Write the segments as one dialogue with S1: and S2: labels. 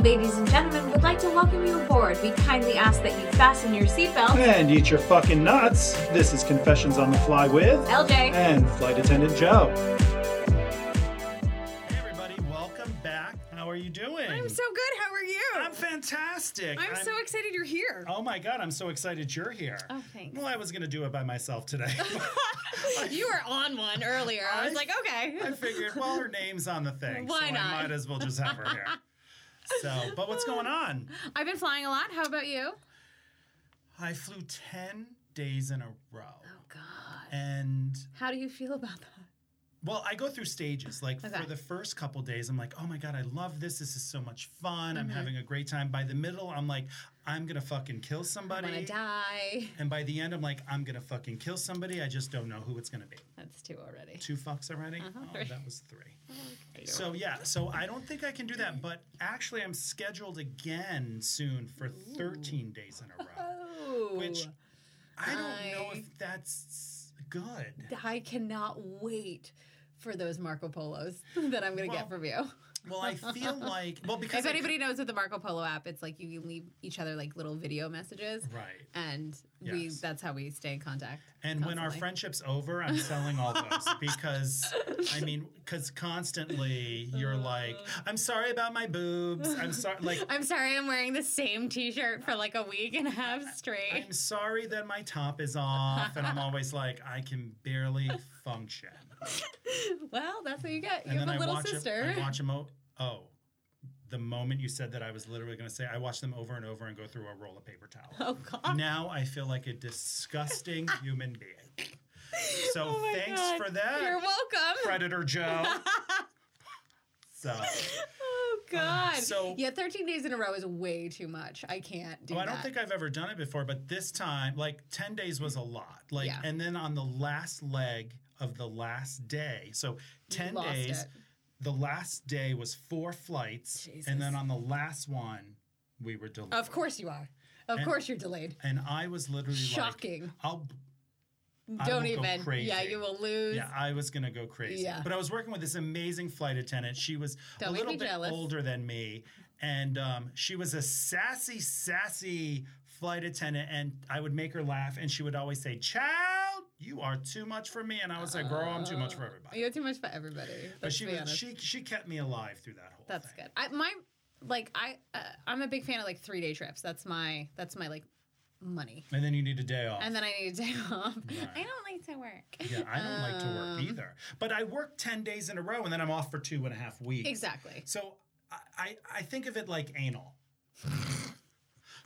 S1: ladies and gentlemen, would like to welcome you aboard. We kindly ask that you fasten your seatbelt.
S2: And eat your fucking nuts. This is Confessions on the Fly with
S1: LJ.
S2: and Flight Attendant Joe. Hey everybody, welcome back. How are you doing?
S3: I'm so good. How are you?
S2: I'm fantastic.
S3: I'm so excited you're here.
S2: Oh my god, I'm so excited you're here.
S3: Oh, thanks.
S2: Well, I was gonna do it by myself today.
S3: you were on one earlier. I was
S2: I-
S3: like, okay.
S2: I figured, well, her name's on the thing,
S3: Why
S2: so I
S3: not?
S2: might as well just have her here. So, but what's going on?
S3: I've been flying a lot. How about you?
S2: I flew ten days in a row,
S3: Oh, God.
S2: and
S3: How do you feel about that?
S2: Well, I go through stages. Like
S3: Okay.
S2: for the first couple days, I'm like, oh my God, I love this. This is so much fun.
S3: Mm-hmm.
S2: I'm having a great time. By the middle, I'm like, I'm going to fucking kill
S3: I'm gonna
S2: somebody.
S3: die.
S2: And by the end, I'm like, I'm going to fucking kill somebody. I just don't know who it's going to be.
S3: That's two already.
S2: Two fucks already? Oh,
S3: three.
S2: that was three. So, yeah, so I don't think I can do that. But actually, I'm scheduled again soon for 13 days in a row,
S3: Oh,
S2: which I don't know
S3: I-
S2: if that's good.
S3: I cannot wait for those Marco Polos that I'm gonna
S2: Well,
S3: get from you.
S2: Well, I feel like, well, because.
S3: If
S2: I-
S3: anybody knows what the Marco Polo app, it's like you can leave each other like little video messages,
S2: Right.
S3: and we
S2: Yes.
S3: that's how we stay in contact.
S2: And when our
S3: constantly.
S2: friendship's over, I'm selling all those because I mean, because constantly you're
S3: Uh-huh.
S2: like, I'm sorry about my boobs. I'm sorry, like,
S3: I'm sorry, I'm wearing the same T-shirt for like a week and a half straight.
S2: I'm sorry that my top is off. And I'm always like, I can barely function.
S3: Well, that's what you get. You
S2: And
S3: have a
S2: I
S3: little
S2: watch 'em-
S3: sister.
S2: I watch them. O- oh, the moment you said that, I was literally going to say, I watch them over and over and go through a roll of paper towel.
S3: oh God!
S2: Now I feel like a disgusting human being. So
S3: Oh my
S2: thanks
S3: God.
S2: for that.
S3: You're welcome.
S2: Predator Joe. so,
S3: Oh God!
S2: Uh, so-
S3: yeah, 13 days in a row is way too much. I can't do
S2: oh,
S3: that.
S2: I don't think I've ever done it before, but this time, like 10 days was a lot. Like,
S3: Yeah.
S2: and then on the last leg of the last day, so 10
S3: lost
S2: days,
S3: it.
S2: the last day was four flights. And then
S3: Jesus.
S2: on the last one, we were delayed.
S3: Of course you are. Of
S2: And-
S3: course you're delayed.
S2: And I was literally like,
S3: Shocking.
S2: I'll, I
S3: Don't
S2: will go
S3: even. Yeah,
S2: crazy.
S3: you will lose.
S2: yeah, I was gonna go crazy.
S3: Yeah.
S2: But I was working with this amazing flight attendant. She was
S3: Don't
S2: a
S3: make
S2: little
S3: me
S2: bit
S3: jealous.
S2: older than me, and um, she was a sassy, sassy flight attendant. And I would make her laugh, and she would always say, "Child, you are too much for me." And I was like, "Girl, I'm too much for everybody."
S3: You're too much for everybody.
S2: but
S3: let's
S2: she
S3: Uh, be
S2: was,
S3: honest.
S2: she she kept me alive through that whole.
S3: That's
S2: thing.
S3: good. I my like I uh, I'm a big fan of like three day trips. That's my that's my like money.
S2: And then you need a day off.
S3: And then I need to take off. I
S2: Right.
S3: don't like to work.
S2: yeah, I don't like to work
S3: Um,
S2: either. But I work ten days in a row, and then I'm off for two and a half weeks.
S3: Exactly.
S2: So I, I, I think of it like anal.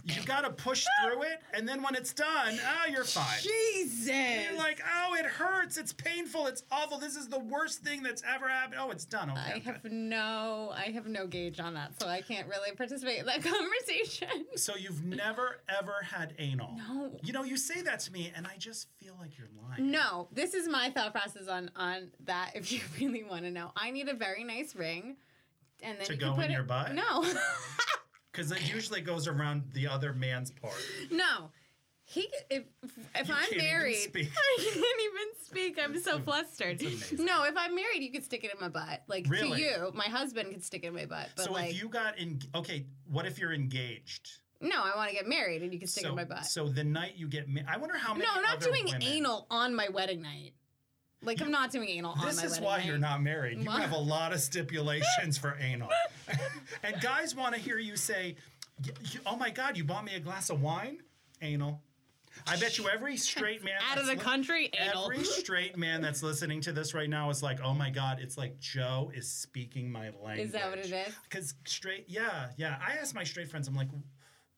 S2: you got to push through it, and then when it's done, ah, you're fine.
S3: Jesus.
S2: You're like, oh, it hurts. It's painful. It's awful. This is the worst thing that's ever happened. Oh, it's done. Okay.
S3: I
S2: I'm
S3: have
S2: good.
S3: no I have no gauge on that, so I can't really participate in that conversation.
S2: So you've never ever had anal.
S3: No.
S2: You know, you say that to me, and I just feel like you're lying.
S3: No, this is my thought process on on that. If you really want to know, I need a very nice ring, and then
S2: To
S3: you
S2: go
S3: can put
S2: in
S3: it-
S2: your butt?
S3: No,
S2: Because it usually goes around the other man's part.
S3: no. He if if
S2: You can't
S3: I'm
S2: even
S3: married,
S2: speak.
S3: I can't even speak. I'm so flustered.
S2: amazing.
S3: No, if I'm married, you could stick it in my butt. Like to
S2: Really?
S3: you, my husband could stick it in my butt. But
S2: so
S3: like,
S2: if you got in, okay, what if you're engaged?
S3: no, I want to get married, and you can stick
S2: so,
S3: it in my butt.
S2: So the night you get, ma- I wonder how many.
S3: no, I'm not
S2: other
S3: doing
S2: women-
S3: anal on my wedding night. Like I'm not doing anal on my
S2: This
S3: wedding
S2: is why you're
S3: night.
S2: not married. You
S3: Why?
S2: have a lot of stipulations for anal. and guys want to hear you say, "Y- you- "Oh my God, you bought me a glass of wine." Anal. I bet you every straight man
S3: out of
S2: that's
S3: the
S2: li-
S3: country. Anal.
S2: Every straight man that's listening to this right now is like, "Oh my God!" It's like Joe is speaking my language.
S3: Is that what it is?
S2: Because straight, yeah, yeah. I ask my straight friends, I'm like,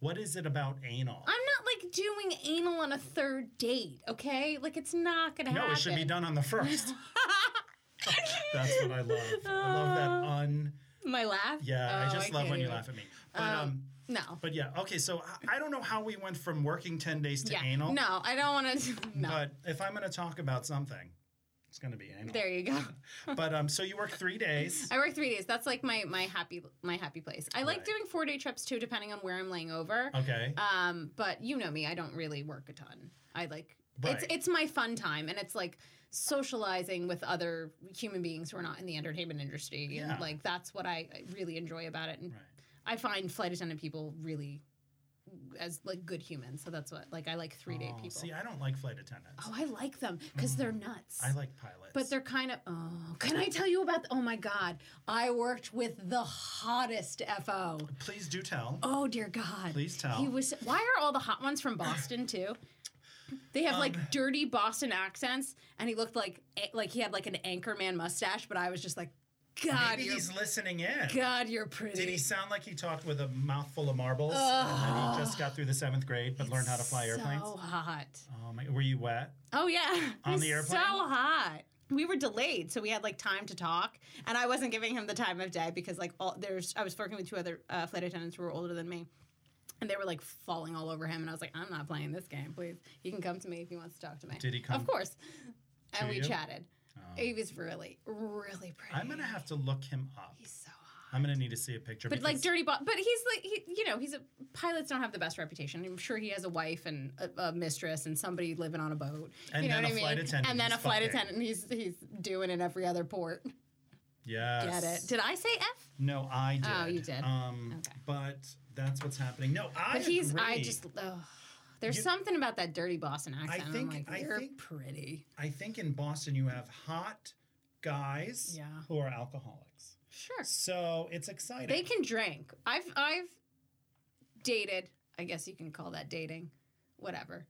S2: "What is it about anal?"
S3: I'm not like doing anal on a third date, okay? Like it's not gonna
S2: no,
S3: happen.
S2: it should be done on the first. That's what I love. I love that
S3: Uh.
S2: un.
S3: My laugh.
S2: Yeah, I
S3: Oh,
S2: just love
S3: can't
S2: when you
S3: even.
S2: laugh at me. But um,
S3: No.
S2: but yeah, okay. So I, I don't know how we went from working ten days to
S3: yeah.
S2: anal.
S3: No, I don't want to. No.
S2: But if I'm going to talk about something, it's going to be anal.
S3: there you go.
S2: But um, so you work three days.
S3: I work three days. That's like my my happy my happy place. I like
S2: Right.
S3: doing four day trips too, depending on where I'm laying over.
S2: Okay.
S3: Um, but you know me, I don't really work a ton. I like it's
S2: Right.
S3: it's my fun time, and it's like socializing with other human beings who are not in the entertainment industry,
S2: Yeah.
S3: and like that's what I I really enjoy about it. And
S2: Right.
S3: I find flight attendant people really as like good humans. So that's what like I like three day
S2: Oh,
S3: people.
S2: See, I don't like flight attendants.
S3: oh, I like them because they're nuts.
S2: I like pilots.
S3: But they're kind of. Oh, can I tell you about? The, oh my God, I worked with the hottest FO.
S2: please do tell.
S3: Oh dear God.
S2: Please tell.
S3: He was. Why are all the hot ones from Boston too? They have
S2: Um.
S3: like dirty Boston accents, and he looked like a- like he had like an anchorman mustache. But I was just like, God,
S2: Maybe
S3: you're
S2: he's listening in.
S3: God, you're pretty.
S2: Did he sound like he talked with a mouthful of marbles and then he just got through the seventh grade but learned how to fly airplanes?
S3: So hot.
S2: Oh my, were you wet?
S3: Oh yeah.
S2: On
S3: He's
S2: the airplane?
S3: So hot. We were delayed, so we had like time to talk, and I wasn't giving him the time of day because like all there's I was working with two other uh, flight attendants who were older than me, and they were like falling all over him, and I was like, I'm not playing this game. Please, he can come to me if he wants to talk to me.
S2: Did he come
S3: Of course. And we
S2: you? Oh.
S3: chatted. He was really, really pretty.
S2: I'm gonna have to look him up.
S3: He's so hot.
S2: I'm gonna need to see a picture.
S3: But like
S2: because-
S3: dirty, bo- but he's like he, you know, he's a pilots don't have the best reputation. I'm sure he has a wife and a, a mistress and somebody living on a boat.
S2: And
S3: you know what
S2: then a
S3: I mean?
S2: flight attendant
S3: and then a
S2: he's
S3: flight
S2: fucking.
S3: attendant. He's he's doing it every other port.
S2: yes.
S3: Get it? Did I say F?
S2: No, I did.
S3: Oh, you did.
S2: Um,
S3: Okay.
S2: But that's what's happening. No, I.
S3: But he's
S2: agree.
S3: I just oh, there's
S2: You-
S3: something about that dirty Boston accent. I'm
S2: think-
S3: like
S2: I
S3: you're
S2: think-
S3: pretty.
S2: I think in Boston you have hot guys
S3: Yeah.
S2: who are alcoholics,
S3: Sure.
S2: so it's exciting.
S3: They can drink. I've I've dated. I guess you can call that dating. Whatever.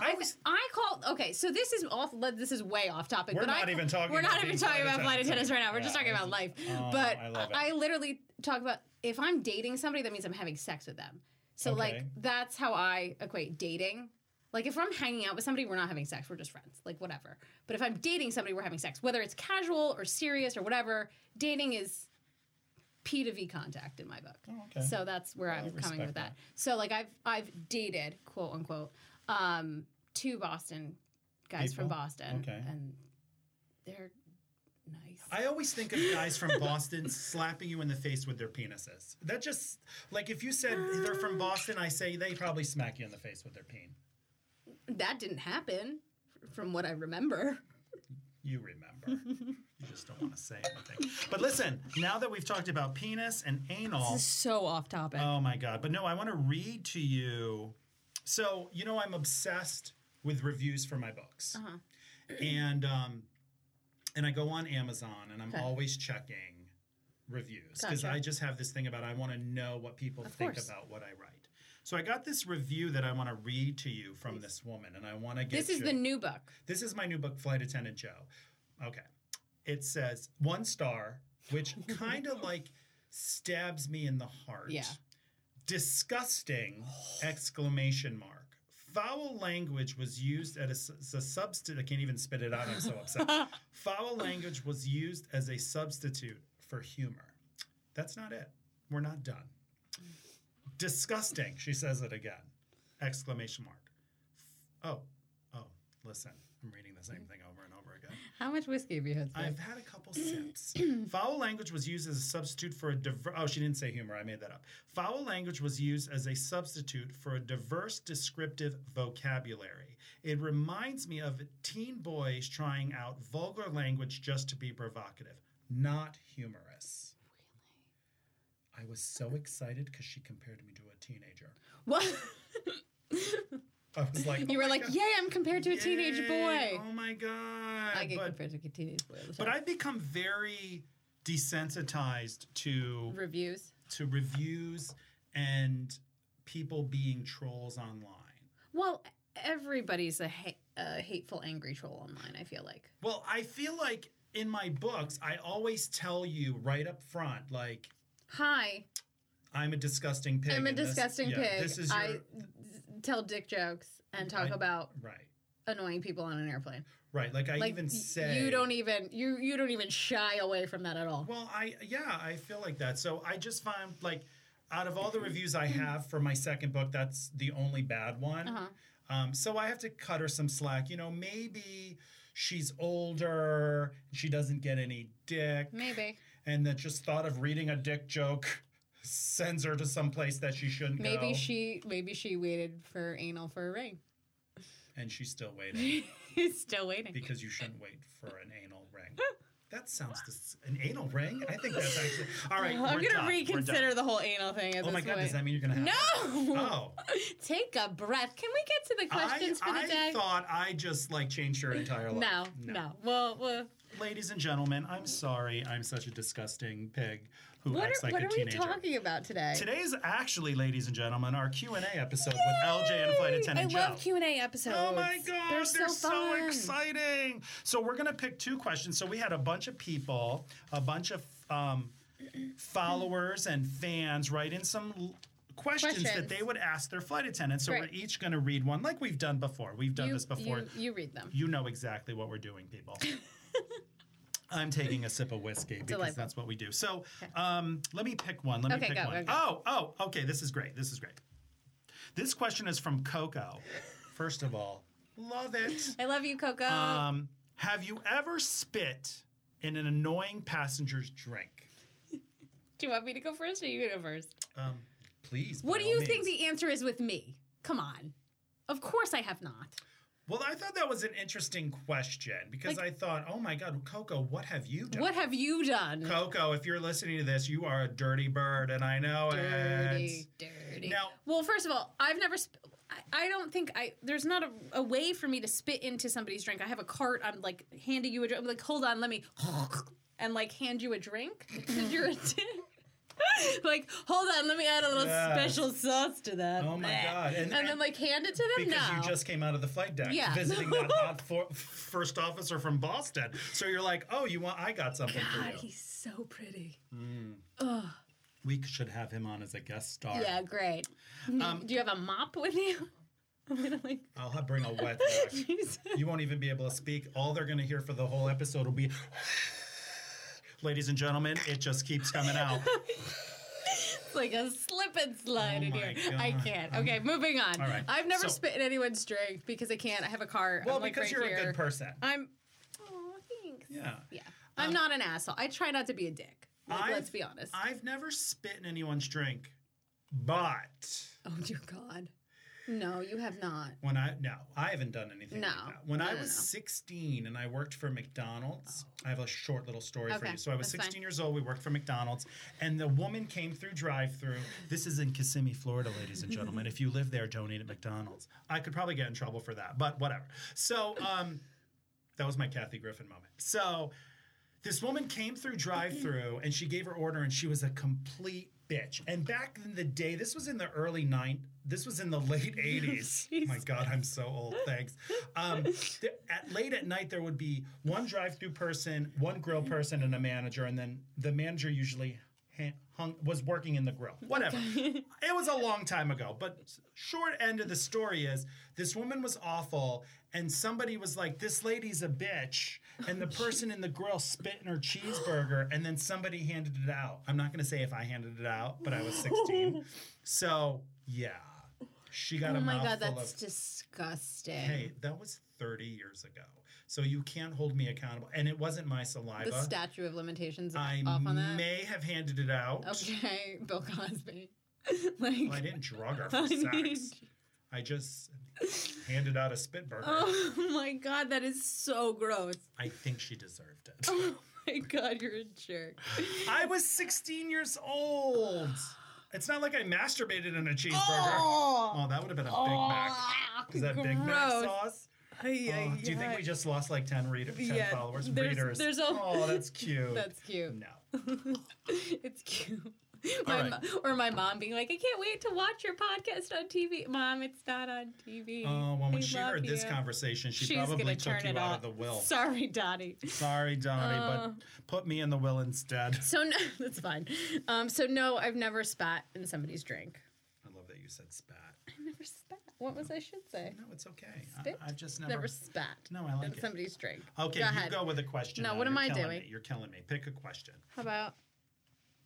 S2: I
S3: I
S2: was.
S3: I call okay. So this is off. le- This is way off topic.
S2: We're
S3: but I,
S2: not even talking
S3: We're
S2: about
S3: not even
S2: being
S3: talking
S2: flight
S3: about flight attendants
S2: attendants.
S3: right now. We're just talking
S2: Yeah, this
S3: about
S2: is-
S3: life.
S2: Oh,
S3: but
S2: I love it.
S3: I, literally talk about if I'm dating somebody, that means I'm having sex with them. So like
S2: Okay.
S3: that's how I equate dating. Like if I'm hanging out with somebody, we're not having sex. We're just friends. Like whatever. But if I'm dating somebody, we're having sex, whether it's casual or serious or whatever. Dating is P to V contact in my book.
S2: Oh, okay.
S3: So that's where I'm
S2: respect
S3: coming with that.
S2: that.
S3: So like I've I've dated quote unquote um, two Boston guys from
S2: People?
S3: Boston,
S2: Okay.
S3: and they're nice.
S2: I always think of guys from Boston slapping you in the face with their penises. That just like if you said they're from Boston, I say they probably smack you in the face with their peen.
S3: that didn't happen, from what I remember.
S2: You remember. you just don't want to say anything. But listen, now that we've talked about penis and anal,
S3: so off topic.
S2: oh my god! But no, I want to read to you. So you know, I'm obsessed with reviews for my books,
S3: Uh-huh.
S2: and um, and I go on Amazon and I'm
S3: Okay.
S2: always checking reviews because
S3: Gotcha.
S2: I just have this thing about I want to know what people
S3: Of
S2: think
S3: course.
S2: about what I write. So I got this review that I want to read to you from this woman, and I want to get
S3: this is
S2: you-
S3: the new book.
S2: this is my new book, Flight Attendant Joe. Okay. It says one star, which kind of like stabs me in the heart.
S3: Yeah.
S2: Disgusting! Exclamation mark. Foul language was used at a, substitute. I can't even spit it out. I'm so upset. Foul language was used as a substitute for humor. That's not it. We're not done. Disgusting. She says it again. Exclamation mark. Oh, oh, listen. I'm reading the same thing over and over again.
S3: How much whiskey have you had?
S2: I've had a couple sips. Foul language was used as a substitute for a diver- oh, she didn't say humor. I made that up. Foul language was used as a substitute for a diverse descriptive vocabulary. It reminds me of teen boys trying out vulgar language just to be provocative, not humorous. I was so excited because she compared me to a teenager.
S3: What?
S2: I was like,
S3: you
S2: "Oh
S3: were
S2: my
S3: like,
S2: God.
S3: yay! I'm compared to a teenage
S2: Yay,
S3: boy.
S2: Oh my god!
S3: I get
S2: But-
S3: compared to a teenage boy. all the
S2: But
S3: time.
S2: I've become very desensitized to
S3: reviews.
S2: to reviews and people being trolls online.
S3: Well, everybody's a, ha- a hateful, angry troll online. I feel like.
S2: Well, I feel like in my books, I always tell you right up front, like
S3: Hi,
S2: I'm a disgusting pig.
S3: I'm a
S2: and this-
S3: disgusting
S2: yeah,
S3: pig.
S2: This is your,
S3: I tell dick jokes and talk
S2: I-
S3: about
S2: right,
S3: annoying people on an airplane.
S2: right. Like I
S3: like
S2: even
S3: y-
S2: say
S3: you don't e-, even you you don't even shy away from that at all.
S2: Well, I yeah, I feel like that. So I just found like out of all
S3: Mm-hmm.
S2: the reviews I have for my second book, that's the only bad one.
S3: Uh-huh.
S2: Um, so I have to cut her some slack. You know, maybe she's older, she doesn't get any dick,
S3: Maybe
S2: and that just thought of reading a dick joke sends her to some place that she shouldn't go.
S3: maybe she maybe she waited for anal for a ring.
S2: and she's still waiting
S3: He's still waiting.
S2: because you shouldn't wait for an anal ring. That sounds dis- an anal ring. I think that's actually all right.
S3: I'm
S2: we're
S3: gonna
S2: done. We're done.
S3: reconsider the whole anal thing at
S2: Oh
S3: this
S2: my god,
S3: point.
S2: does that mean you're gonna have?
S3: no.
S2: Oh,
S3: Take a breath. Can we get to the
S2: I,
S3: questions for the
S2: I
S3: day?
S2: thought I just like changed your entire life.
S3: no, no, Well, well
S2: Ladies and gentlemen, I'm sorry. I'm such a disgusting pig who
S3: what are,
S2: acts like
S3: what
S2: a
S3: are we
S2: teenager.
S3: talking about today?
S2: Today's actually, ladies and gentlemen, our Q and A episode with LJ and Flight
S3: I
S2: Attendant Joe.
S3: love Q and A episodes.
S2: Oh my god, they're, so,
S3: fun.
S2: exciting! So we're gonna pick two questions. So we had a bunch of people, a bunch of um, followers and fans write in some l- questions, that
S3: Questions.
S2: they would ask their flight attendants. So
S3: Right.
S2: we're each gonna read one, like we've done before. We've done
S3: You,
S2: this before.
S3: you, you read them.
S2: You know exactly what we're doing, people. I'm taking a sip of whiskey because
S3: Delightful.
S2: that's what we do. So um, let me pick one. Let me
S3: Okay,
S2: pick
S3: go,
S2: one.
S3: go,
S2: Oh, oh, okay. This is great. This is great. This question is from Coco. First of all, love it.
S3: I love you, Coco.
S2: Um, have you ever spit in an annoying passenger's drink?
S3: do you want me to go first, or you go first?
S2: Um, please.
S3: What
S2: by
S3: do
S2: all
S3: you think
S2: means.
S3: the answer is with me? Come on. Of course, I have not.
S2: well, I thought that was an interesting question because
S3: Like-
S2: I thought, oh my God, Coco, what have you done?
S3: What have you done?
S2: Coco, if you're listening to this, you are a dirty bird, and I know
S3: dirty,
S2: it.
S3: dirty.
S2: Now-
S3: well, first of all, I've never. Sp- I, I don't think I. There's not a, a way for me to spit into somebody's drink. I have a cart. I'm like handing you a drink. I'm like, hold on, let me, and like hand you a drink. Did you're a like, hold on, let me add a little
S2: Yes.
S3: special sauce to that.
S2: Oh my God. And-
S3: And, then like hand it to them.
S2: Because
S3: no.
S2: you just came out of the flight deck
S3: Yeah.
S2: visiting that hot for- first officer from Boston. So you're like, oh, you want, I got something
S3: God,
S2: for you.
S3: he's so pretty.
S2: We should have him on as a guest star.
S3: Yeah, great.
S2: Um,
S3: Do you have a mop with you? I'm gonna like,
S2: I'll have bring a wet rack.
S3: Jesus.
S2: You won't even be able to speak. All they're going to hear for the whole episode will be, ladies and gentlemen, it just keeps coming out.
S3: It's like a slip and slide
S2: Oh
S3: in
S2: my
S3: here. I
S2: God.
S3: can't. Okay, moving on.
S2: All right,
S3: I've never
S2: so-
S3: spit in anyone's drink because I can't. I have a car.
S2: Well,
S3: I'm like
S2: because
S3: right
S2: you're
S3: here. Uh,
S2: a good person.
S3: I'm. Oh, thanks. Yeah.
S2: yeah. Uh,
S3: I'm not an asshole. I try not to be a dick. Like,
S2: I've-
S3: let's be honest.
S2: I've never spit in anyone's drink, but.
S3: oh dear God. No, you have not.
S2: When I no, I haven't done anything like
S3: No.
S2: that. When
S3: No,
S2: I
S3: no,
S2: was
S3: no. Oh.
S2: 16 and I worked for McDonald's, I have a short little story for
S3: Okay,
S2: you. So I was
S3: that's fine.
S2: 16 years old. We worked for McDonald's, and the woman came through drive-through. This is in Kissimmee, Florida, ladies and gentlemen. if you live there, donate at McDonald's. I could probably get in trouble for that, but whatever. So um, that was my Kathy Griffin moment. So this woman came through drive through and she gave her order and she was a complete bitch. And back in the day, this was in the early nine. This was in the late eighties. oh my god, I'm so old. Thanks. Um, th- at late at night, there would be one drive through person, one grill person, and a manager, and then the manager usually ha- hung was working in the grill. Whatever. it was a long time ago, but short end of the story is this woman was awful, and somebody was like, "This lady's a bitch," and the person in the grill spit in her cheeseburger, and then somebody handed it out. I'm not going to say if I handed it out, but I was 16, so yeah, she got
S3: Oh
S2: a
S3: my
S2: mouthful
S3: God, that's
S2: of.
S3: disgusting.
S2: hey, that was 30 years ago, so you can't hold me accountable, and it wasn't my saliva.
S3: the statue of limitations
S2: I
S3: off on that.
S2: may have handed it out.
S3: okay, Bill Cosby.
S2: Well, I
S3: like,
S2: didn't drug her
S3: I
S2: for sex.
S3: need-
S2: I just handed out a spit burger.
S3: oh my God, that is so gross.
S2: I think she deserved it.
S3: Oh my god, you're a jerk.
S2: I was 16 years old. It's not like I masturbated in a cheeseburger. Oh,
S3: Oh, Ah,
S2: that would have been a Big Mac. Is that Big Mac
S3: gross.
S2: sauce? Oh, do you think we just lost like 10 reader, 10
S3: Yeah,
S2: followers?
S3: there's-
S2: readers.
S3: there's a-
S2: oh, that's cute.
S3: That's cute.
S2: no.
S3: it's cute. My
S2: right.
S3: mo- or my mom being like, I can't wait to watch your podcast on TV. Mom, it's not on TV.
S2: Oh, well, when
S3: I
S2: she
S3: love
S2: heard this
S3: you.
S2: conversation, she
S3: She's
S2: probably
S3: gonna
S2: took
S3: turn
S2: you
S3: it
S2: out
S3: off.
S2: of the will.
S3: Sorry, Dottie.
S2: Sorry, Donnie,
S3: Uh.
S2: but put me in the will instead.
S3: So no, that's fine. Um, so no, I've never spat in somebody's drink.
S2: I love that you said spat.
S3: I've never spat. What was I should say?
S2: No, it's okay.
S3: Spit?
S2: I, I've just never.
S3: Never, spat
S2: no, I like
S3: in
S2: it.
S3: somebody's drink.
S2: Okay,
S3: Go
S2: you
S3: ahead.
S2: go with a question.
S3: No,
S2: now.
S3: what am
S2: You're
S3: I
S2: killing
S3: doing?
S2: me. You're killing me. Pick a question.
S3: How about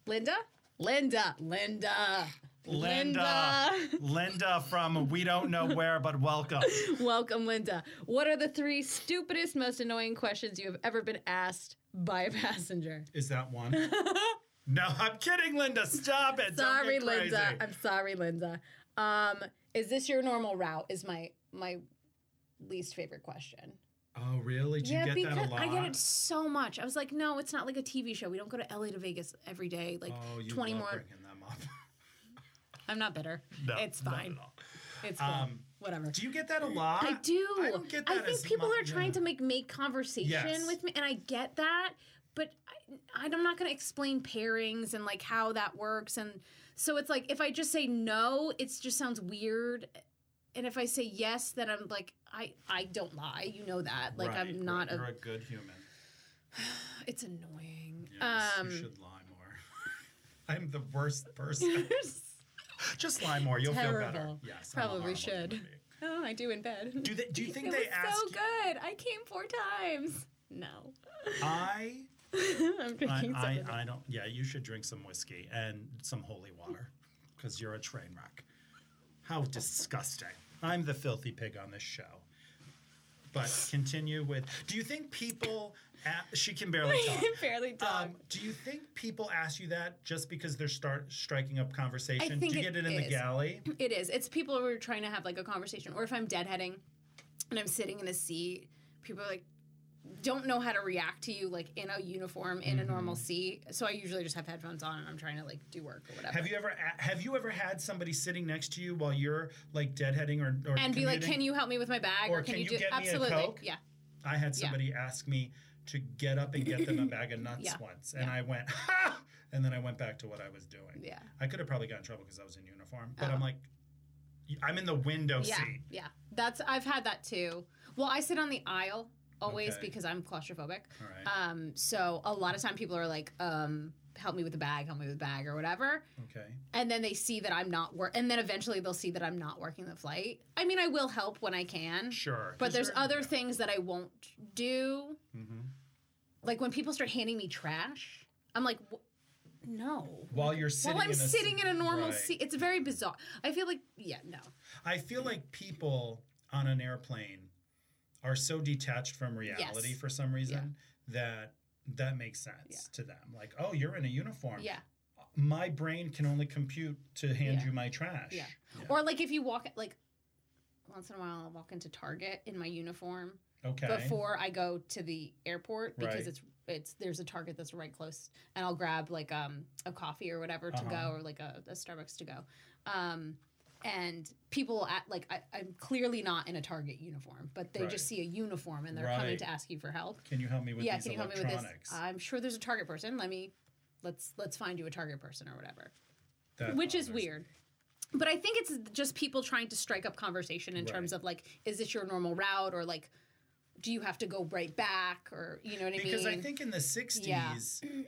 S3: Linda? Linda. Linda.
S2: Linda. Linda from we don't know where, but welcome.
S3: Welcome, Linda. What are the three stupidest, most annoying questions you have ever been asked by a passenger?
S2: Is that one? No, I'm kidding, Linda. Stop it. Don't get
S3: sorry, Linda.
S2: crazy.
S3: I'm sorry, Linda. Um, is this your normal route? Is my my least favorite question.
S2: Oh, really? Did
S3: yeah,
S2: you get
S3: because
S2: that a lot?
S3: I get it so much. I was like, no, it's not like a TV show. We don't go to LA to Vegas every day. Like
S2: oh, you
S3: 20
S2: love
S3: more.
S2: bringing them up.
S3: I'm not bitter.
S2: No,
S3: it's
S2: not
S3: fine.
S2: at all.
S3: It's cool.
S2: Um,
S3: Whatever.
S2: Do you get that a lot?
S3: I do.
S2: I don't get that
S3: I think
S2: as
S3: people
S2: mu-
S3: are trying to
S2: yeah.
S3: make make conversation
S2: Yes.
S3: with me, and I get that, but I, I'm not going to explain pairings and like how that works, and so it's like if I just say no, it just sounds weird, and if I say yes, then I'm like I I don't lie, you know that. Like
S2: Right, right.
S3: I'm not
S2: You're
S3: a.
S2: a good human.
S3: It's annoying.
S2: Yes,
S3: um,
S2: you should lie more. I'm the worst person. Just lie more. You'll feel better.
S3: Terrible.
S2: Yes, I'm a
S3: Probably
S2: horrible
S3: should.
S2: human being.
S3: oh, I do in bed.
S2: Do they? Do you think
S3: it
S2: they
S3: was
S2: ask?
S3: so
S2: you-
S3: good. I came four times. No,
S2: I,
S3: I'm
S2: I,
S3: drinking
S2: I,
S3: something.
S2: I don't. Yeah, you should drink some whiskey and some holy water, because you're a train wreck. How disgusting! I'm the filthy pig on this show. But continue with. Do you think people? a- she can barely talk.
S3: Barely done.
S2: Um, do you think people ask you that just because they're start striking up conversation?
S3: think
S2: do you
S3: it
S2: get it in the
S3: is.
S2: galley?
S3: It is. It's people who are trying to have like a conversation, or if I'm deadheading and I'm sitting in a seat, people are like don't know how to react to you like in a uniform in
S2: Mm-hmm.
S3: a normal seat. So I usually just have headphones on and I'm trying to like do work or whatever.
S2: Have you ever a- have you ever had somebody sitting next to you while you're like deadheading or, or
S3: and be like,
S2: commuting?
S3: "Can you help me with my bag?"
S2: Or, "Can you get me a
S3: absolutely?
S2: Coke?"
S3: Yeah.
S2: I had somebody ask me to get up and get them a bag of nuts
S3: Yeah.
S2: once, and I went, ha! and then I went back to what I was doing.
S3: Yeah.
S2: I could have probably got in trouble because I was in uniform, but
S3: Oh.
S2: I'm like, y- I'm in the window
S3: Yeah.
S2: seat.
S3: Yeah. That's I've had that too. Well, I sit on the aisle always
S2: Okay.
S3: because I'm claustrophobic.
S2: All right.
S3: Um so a lot of time people are like, um, help me with the bag, help me with the bag or whatever.
S2: okay.
S3: and then they see that I'm not work, and then eventually they'll see that I'm not working the flight. I mean, I will help when I can,
S2: Sure.
S3: but there's
S2: Sure.
S3: other things that I won't do.
S2: Mhm.
S3: Like when people start handing me trash, I'm like, "Wh- no.
S2: While you're sitting,
S3: While I'm
S2: in a
S3: sitting in a normal
S2: Right.
S3: seat, it's very bizarre. I feel like, yeah, no.
S2: I feel like people on an airplane are so detached from reality
S3: Yes.
S2: for some reason that that makes sense
S3: Yeah.
S2: to them. Like, oh, you're in a uniform.
S3: Yeah.
S2: My brain can only compute to hand
S3: Yeah.
S2: you my trash.
S3: Yeah. Or like if you walk, like once in a while, I'll walk into Target in my uniform
S2: okay.
S3: before I go to the airport because
S2: Right.
S3: it's it's there's a Target that's right close, and I'll grab like um a coffee or whatever to
S2: Uh-huh.
S3: go or like a, a Starbucks to go, um, and people at like I, I'm clearly not in a Target uniform, but they
S2: Right.
S3: just see a uniform and they're coming
S2: Right.
S3: to ask you for help.
S2: Can you help me with
S3: yeah,
S2: these
S3: can you help me with
S2: electronics?
S3: this? Uh, I'm sure there's a Target person. Let me let's let's find you a Target person or whatever,
S2: That
S3: which is
S2: bothers me.
S3: weird. But I think it's just people trying to strike up conversation in terms
S2: Right.
S3: of like, is this your normal route or like, do you have to go right back or you know what I
S2: Because
S3: mean?
S2: I think in the 60s,
S3: Yeah.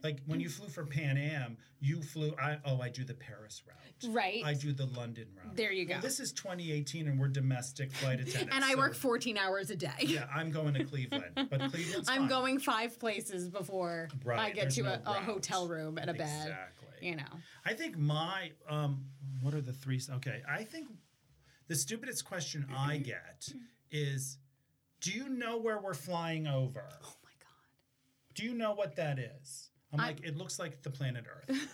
S2: like when you flew for Pan Am, you flew, I oh, I do the Paris route.
S3: right.
S2: I do the London route.
S3: There you
S2: Well,
S3: go.
S2: this is 2018 and we're domestic flight attendants.
S3: and I work
S2: so-
S3: 14 hours a day.
S2: Yeah, I'm going to Cleveland, but Cleveland's
S3: I'm
S2: fine.
S3: going five places before
S2: Right,
S3: I get
S2: there's
S3: to
S2: no
S3: a, a
S2: route.
S3: hotel room and a bed.
S2: Exactly.
S3: You know, Oh
S2: I think my um, what are the three? Okay, I think the stupidest question I get is, do you know where we're flying over?
S3: oh my god,
S2: Do you know what that is? I'm
S3: I-
S2: like, it looks like the planet Earth.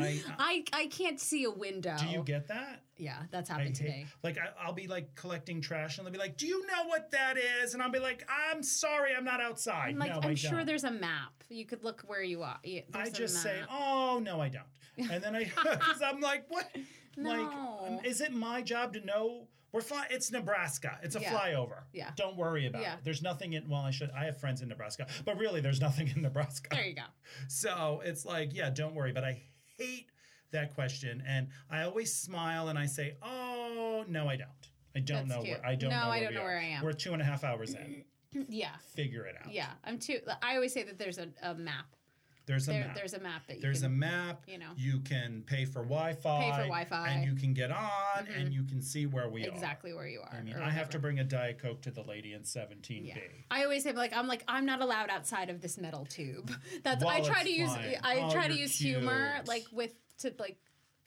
S2: I, uh
S3: I I can't see a window.
S2: do you get that?
S3: yeah, that's
S2: I
S3: Oh. happened
S2: hate-
S3: today.
S2: like I, I'll be like collecting trash, and they'll be like, "Do you know what that is?" And I'll be like, "I'm sorry, I'm not outside."
S3: I'm like,
S2: no, I
S3: I'm sure
S2: don't.
S3: there's a map. You could look where you are. Yeah,
S2: I
S3: there's a
S2: just say,
S3: map.
S2: "Oh no, I don't," and then I because I'm like, "What? Like,
S3: No.
S2: um, is it my job to know?" We're fly. It's Nebraska. It's a
S3: Yeah.
S2: flyover.
S3: Yeah.
S2: Don't worry about
S3: Yeah.
S2: it. There's nothing in. Well, I should. I have friends in Nebraska, but really, there's nothing in Nebraska.
S3: There you go.
S2: So it's like, yeah, don't worry. But I hate that question, and I always smile and I say, "Oh no, I don't. I
S3: That's
S2: don't know.
S3: cute.
S2: Where, I don't
S3: No,
S2: know.
S3: I
S2: where
S3: don't
S2: we
S3: know
S2: are.
S3: where I am.
S2: We're two and a half hours in.
S3: Yeah,
S2: Figure it out.
S3: yeah. I'm too. I always say that there's a, a map.
S2: There's a
S3: There,
S2: map.
S3: There's a map that you
S2: There's a
S3: can,
S2: map.
S3: you know.
S2: you can pay for Wi-Fi.
S3: Pay for Wi-Fi. Mm-hmm.
S2: and you can get on, and you can see where we
S3: exactly where you are.
S2: are. I mean,
S3: or
S2: I have
S3: whatever.
S2: to bring a diet coke to the lady in 17B.
S3: Yeah. I always say like I'm like I'm not allowed outside of this metal tube. That's I
S2: While
S3: try
S2: it's
S3: to use
S2: flying.
S3: I
S2: Oh,
S3: try to
S2: you're
S3: use humor
S2: cute.
S3: like with to like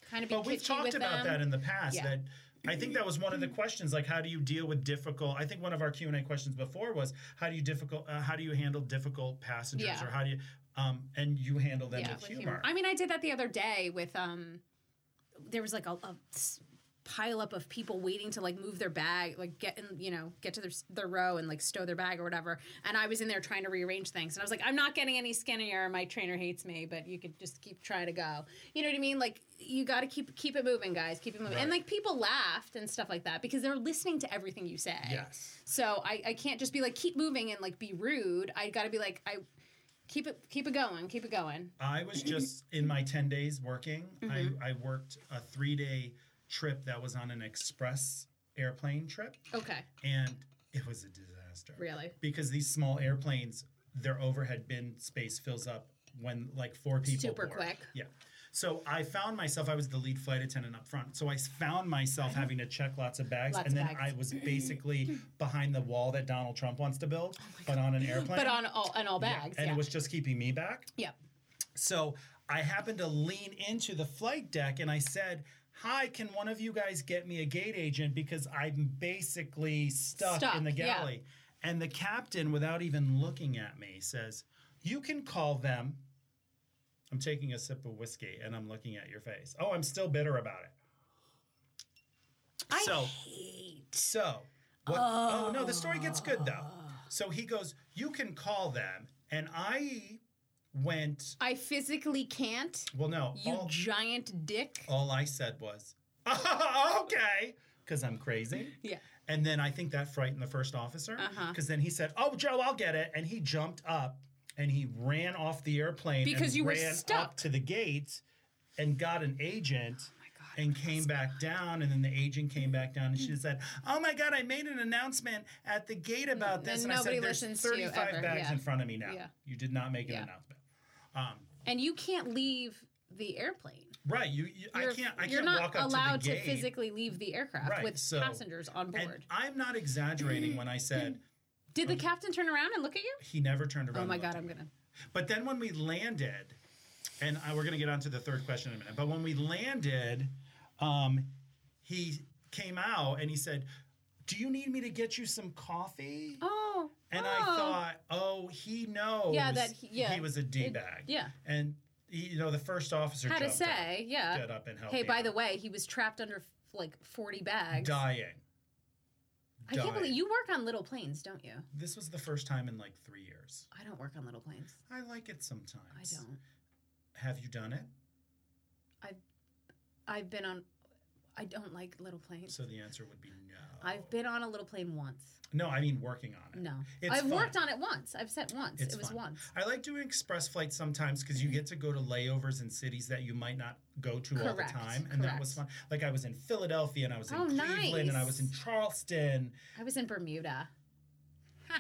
S3: kind of be
S2: But we've
S3: kitschy
S2: talked
S3: with
S2: about
S3: them.
S2: that in the past.
S3: Yeah.
S2: That I think that was one of the questions. Like, how do you deal with difficult? I think one of our Q and A questions before was, how do you difficult? Uh, how do you handle difficult passengers,
S3: Yeah.
S2: or how do you? Um, and you handle them
S3: yeah,
S2: with,
S3: with
S2: humor.
S3: I mean, I did that the other day with um there was like a, a s- pileup of people waiting to like move their bag, like get in, you know, get to their their row and like stow their bag or whatever. And I was in there trying to rearrange things, and I was like, I'm not getting any skinnier. My trainer hates me, but you could just keep trying to go. You know what I mean? Like you got to keep keep it moving, guys. Keep it moving. And
S2: Right.
S3: like people laughed and stuff like that because they're listening to everything you say.
S2: Yes.
S3: So I, I can't just be like keep moving and like be rude. I got to be like I keep it keep it going, keep it going.
S2: I was just in my 10 days working.
S3: Mm-hmm.
S2: I, I worked a three day trip that was on an express airplane trip,
S3: Okay,
S2: and it was a disaster.
S3: really.
S2: Because these small airplanes, their overhead bin space fills up when like four people.
S3: Super
S2: board.
S3: quick.
S2: Yeah. So I found myself, I was the lead flight attendant up front. So I found myself having to check lots of bags.
S3: Lots
S2: and
S3: of
S2: then
S3: bags.
S2: I was basically behind the wall that Donald Trump wants to build, but on an airplane.
S3: Oh But on all on all
S2: Yeah,
S3: bags.
S2: And
S3: yeah.
S2: it was just keeping me back.
S3: Yep.
S2: So I happened to lean into the flight deck and I said, Hi, can one of you guys get me a gate agent? Because I'm basically stuck,
S3: Stuck,
S2: in the
S3: yeah.
S2: galley. And the captain, without even looking at me, says, You can call them. I'm taking a sip of whiskey and I'm looking at your face. Oh, I'm still bitter about it.
S3: I
S2: so-
S3: hate.
S2: So, what, oh. no, the story gets good though. So he goes, You can call them. And I went,
S3: I physically can't.
S2: Well, no.
S3: You
S2: all-
S3: giant dick.
S2: All I said was, oh, okay, because I'm crazy.
S3: Yeah.
S2: And then I think that frightened the first officer
S3: Uh-huh.
S2: because then he said, oh, Joe, I'll get it. And he jumped up and he ran off the airplane and
S3: Because you were
S2: ran
S3: stuck. Oh
S2: up to the gate and got an agent. And came back down, and then the agent came back down, and she said, "Oh my God, I made an announcement at the gate about this."
S3: And
S2: I
S3: nobody
S2: said, "There's
S3: listens to you
S2: 35
S3: ever,
S2: bags
S3: yeah.
S2: in front of me now.
S3: Yeah.
S2: You did not make an
S3: Yeah.
S2: announcement, um,
S3: And you can't leave the airplane.
S2: right? You, you I
S3: You're-
S2: can't. I
S3: you're
S2: can't
S3: not
S2: walk up
S3: allowed
S2: to the gate.
S3: physically leave the aircraft
S2: Right,
S3: with
S2: so-
S3: passengers on
S2: And
S3: board.
S2: I'm not exaggerating when I said
S3: Did the captain turn around and look at you?
S2: he never turned around.
S3: Oh my
S2: and
S3: god,
S2: looked at
S3: I'm
S2: me.
S3: gonna.
S2: But then when we landed, and I, we're going to get on to the third question in a minute, but when we landed, um, he came out and he said, Do you need me to get you some coffee?
S3: Oh.
S2: And
S3: oh.
S2: I thought, Oh, he knows
S3: that he- yeah.
S2: was a D bag.
S3: oh. Yeah.
S2: And, he, you know, the first officer
S3: How to
S2: jumped up,
S3: say? Yeah.
S2: got up and helped
S3: Hey,
S2: me
S3: by
S2: out.
S3: the way, he was trapped under f- like 40 bags.
S2: dying.
S3: I can't believe
S2: Dying.
S3: you work on little planes, don't you?
S2: This was the first time in like three years.
S3: I don't work on little planes.
S2: I like it sometimes.
S3: I don't.
S2: Have you done it?
S3: I've been on. I don't like little planes.
S2: So the answer would be no.
S3: I've been on a little plane once.
S2: no, I mean working on it.
S3: No,
S2: It's
S3: I've
S2: fun.
S3: worked on it once. I've said once.
S2: It's
S3: it was
S2: fun.
S3: once.
S2: I like doing express flights sometimes because you get to go to layovers in cities that you might not go to all the
S3: Correct,
S2: time, and that was fun.
S3: correct.
S2: Like I was in Philadelphia, and I was in
S3: Oh,
S2: Cleveland, and I was in
S3: nice.
S2: Charleston.
S3: I was in Bermuda.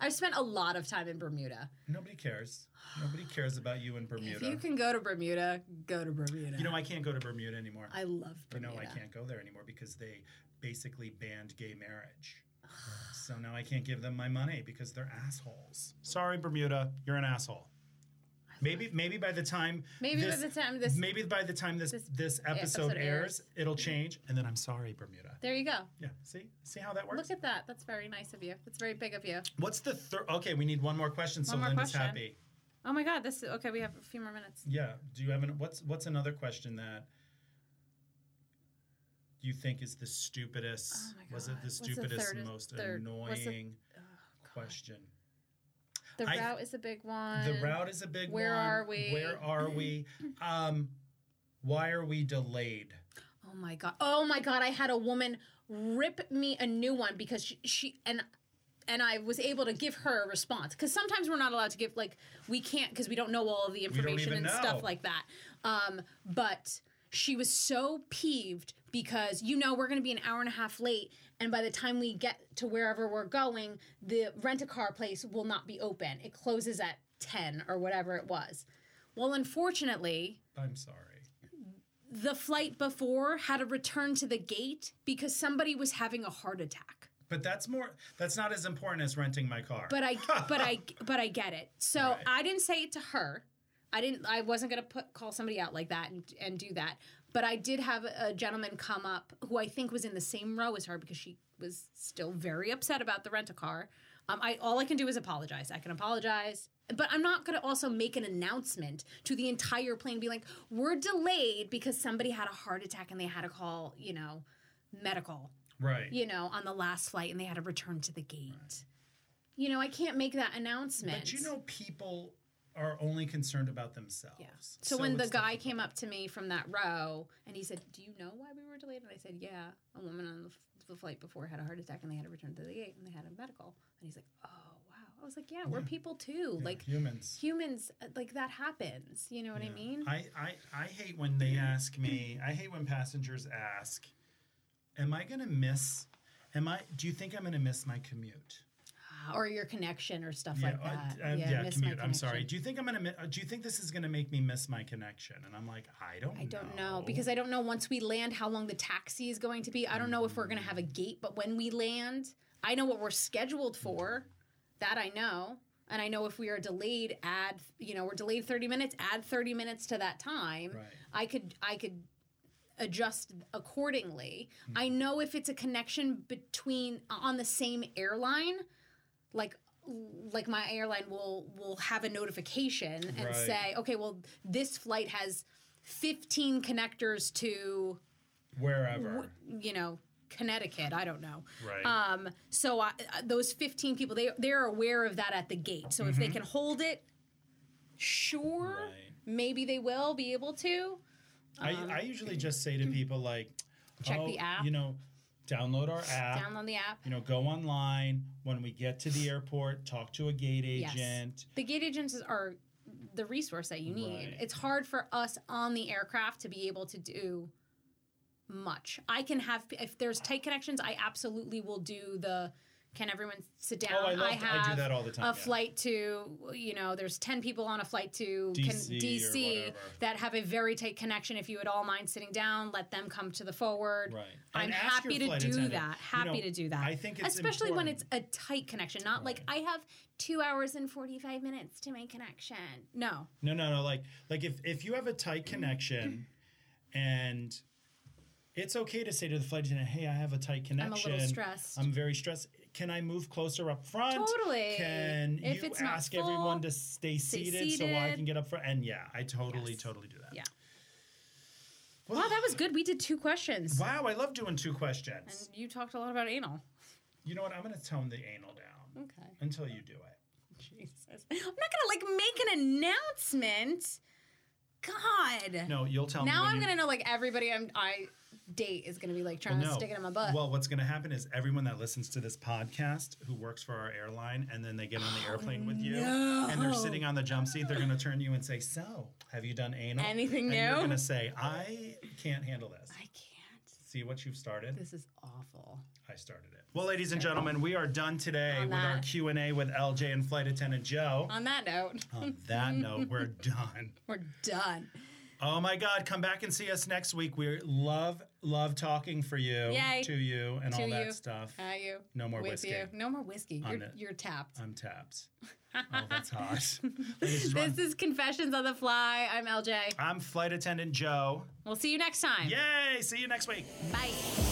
S3: I've spent a lot of time in Bermuda.
S2: Nobody cares. Nobody cares about you in
S3: If
S2: Bermuda.
S3: you
S2: You,
S3: can go to Bermuda, go to Bermuda.
S2: know, I can't go to Bermuda anymore.
S3: I love
S2: you know,
S3: Bermuda.
S2: I can't go there anymore because they basically banned gay marriage. so now I can't give them my money because they're assholes. Sorry, Bermuda, you're an asshole. Maybe, maybe by the time
S3: Maybe
S2: this-
S3: by the time this,
S2: maybe by the time this this,
S3: this
S2: episode,
S3: episode
S2: airs,
S3: airs.
S2: it'll change. And then I'm sorry, Bermuda.
S3: there you go.
S2: Yeah, see, see how that works.
S3: Look at that. That's very nice of you. That's very big of you.
S2: What's the third? Okay, we need one more question. so
S3: One more
S2: Linda's
S3: question.
S2: happy.
S3: Oh my God. This is okay. We have a few more minutes.
S2: Yeah. Do you have an? What's What's another question that you think is the stupidest?
S3: Oh my
S2: was it
S3: God.
S2: the
S3: What's the
S2: stupidest,
S3: third-
S2: most
S3: third- what's the- Oh,
S2: annoying question?
S3: The
S2: I-
S3: route is a big one.
S2: The route is a big
S3: Um, Where
S2: one.
S3: are we?
S2: Where are we? Um, why are we delayed?
S3: Oh my god. Oh my god, I had a woman rip me a new one because she, she and and I was able to give her a response cuz sometimes we're not allowed to give like we can't cuz we don't know all of the
S2: don't
S3: information
S2: even
S3: and
S2: know.
S3: stuff like that. Um but she was so peeved because you know we're going to be an hour and a half late and by the time we get to wherever we're going, the rent-a-car place will not be open. It closes at 10 or whatever it was. Well, unfortunately,
S2: I'm sorry.
S3: the flight before had to return to the gate because somebody was having a heart attack.
S2: But that's more. That's not as important as renting my car.
S3: But I but I but I get it. So
S2: Right.
S3: I didn't say it to her. I didn't I wasn't going to put call somebody out like that and and do that. But I did have a gentleman come up who I think was in the same row as her because she was still very upset about the rent a car. Um, I all I can do is apologize. I can apologize. but I'm not going to also make an announcement to the entire plane, be like, we're delayed because somebody had a heart attack and they had to call, you know, medical,
S2: Right.
S3: you know, on the last flight and they had to return to the gate. You know, I can't make that announcement.
S2: But you know, people are only concerned about themselves.
S3: Yeah. So, when the
S2: it's
S3: guy
S2: difficult.
S3: came up to me from that row and he said, "Do you know why we were delayed?" and I said, "Yeah, a woman on the, f- the flight before had a heart attack and they had to return to the gate and they had a medical." And he's like, "Oh wow." I was like, "Yeah, we're people too.
S2: Yeah,
S3: Like
S2: humans.
S3: humans, uh, like that happens. You know what I
S2: Yeah.
S3: mean?"
S2: I, I, I hate when they ask me, I hate when passengers ask, Am I gonna miss am I do you think I'm gonna miss my commute?
S3: or your connection or stuff like
S2: I-
S3: that.
S2: I- yeah,
S3: miss my
S2: commute. I'm sorry.
S3: connection.
S2: Do you think I'm gonna mi- do you think this is gonna make me miss my connection? And I'm like, I don't
S3: I don't know because I don't know once we land how long the taxi is going to be. I don't know if we're going to have a gate, but when we land, I know what we're scheduled for. That I know. And I know if we are delayed, add, you know, we're delayed 30 minutes, add 30 minutes to that time.
S2: Right.
S3: I could, I could adjust accordingly. I know if it's a connection between on the same airline, like like my airline will will have a notification and
S2: Right.
S3: say, okay, well this flight has 15 connectors to
S2: wherever.
S3: you know Connecticut. I don't know.
S2: right.
S3: Um, so I, uh, those 15 people they they're aware of that at the gate. So if they can hold it, sure,
S2: Mm-hmm. Right.
S3: maybe they will be able to.
S2: I, I usually just say to people like
S3: um, Check
S2: "Oh,
S3: the app."
S2: You know, download our app.
S3: Download the app.
S2: you know, go online. When we get to the airport, talk to a gate
S3: Yes.
S2: agent.
S3: The gate agents are the resource that you need.
S2: Right.
S3: It's hard for us on the aircraft to be able to do much. I can have if there's tight connections, I absolutely will do the can everyone sit down?
S2: Oh, I love. I,
S3: have
S2: do that all the time.
S3: a
S2: yeah.
S3: flight to you know there's 10 people on a flight to
S2: DC or
S3: DC
S2: whatever.
S3: that have a very tight connection if you would all mind sitting down let them come to the forward
S2: Right.
S3: I'm
S2: And ask
S3: happy
S2: your
S3: to
S2: flight
S3: do
S2: attendant,
S3: that.
S2: you know,
S3: Happy to do that.
S2: I think it's
S3: especially when it's
S2: important.
S3: a tight connection, not like I have two hours and forty five minutes to my connection. No,
S2: No, no, no. Like, like if if you have a tight
S3: Mm-hmm.
S2: connection, and it's okay to say to the flight attendant, "Hey, I have a tight
S3: I'm a
S2: connection.
S3: little stressed.
S2: I'm very stressed. Can I move closer up front?
S3: Totally.
S2: Can
S3: If
S2: you
S3: it's not
S2: ask everyone
S3: full,
S2: to stay
S3: stay
S2: seated, so I
S3: seated.
S2: can get up front? And yeah, I totally,
S3: Yes.
S2: totally do that.
S3: Yeah.
S2: Well,
S3: wow, that was good. We did two questions.
S2: Wow, I love doing two questions.
S3: And you talked a lot about anal.
S2: You know what? I'm going to tone the anal down
S3: Okay,
S2: until you do it.
S3: Jesus, I'm not gonna like make an announcement. God.
S2: No, you'll tell me.
S3: Now
S2: when
S3: I'm
S2: you-
S3: gonna know like everybody I'm, I date is gonna be like trying
S2: Well,
S3: to stick it in my butt.
S2: Well, what's going to happen is everyone that listens to this podcast who works for our airline and then they get on
S3: Oh,
S2: the airplane with you and they're sitting on the jump seat, they're going to turn you and say, "So, have you done anal?"
S3: Anything
S2: And you're
S3: new?
S2: going to say, "I can't handle this."
S3: I can't.
S2: See what you've started?
S3: This is awful.
S2: I started it. Well, ladies and gentlemen, we are done today
S3: On
S2: with our
S3: that.
S2: Q&A with LJ and flight attendant Joe.
S3: On that note,
S2: On that note, we're done.
S3: we're done.
S2: Oh my God! Come back and see us next week. We love love talking for you,
S3: Yay.
S2: to you, and
S3: To
S2: all that
S3: you.
S2: stuff.
S3: Hi, you.
S2: No more
S3: With
S2: whiskey.
S3: You. No more whiskey.
S2: On
S3: You're,
S2: it.
S3: you're tapped.
S2: I'm tapped. Oh, that's hot. Ladies and
S3: This
S2: gentlemen,
S3: is Confessions on the Fly. I'm LJ.
S2: I'm flight attendant Joe.
S3: We'll see you next time.
S2: Yay! See you next week.
S3: Bye.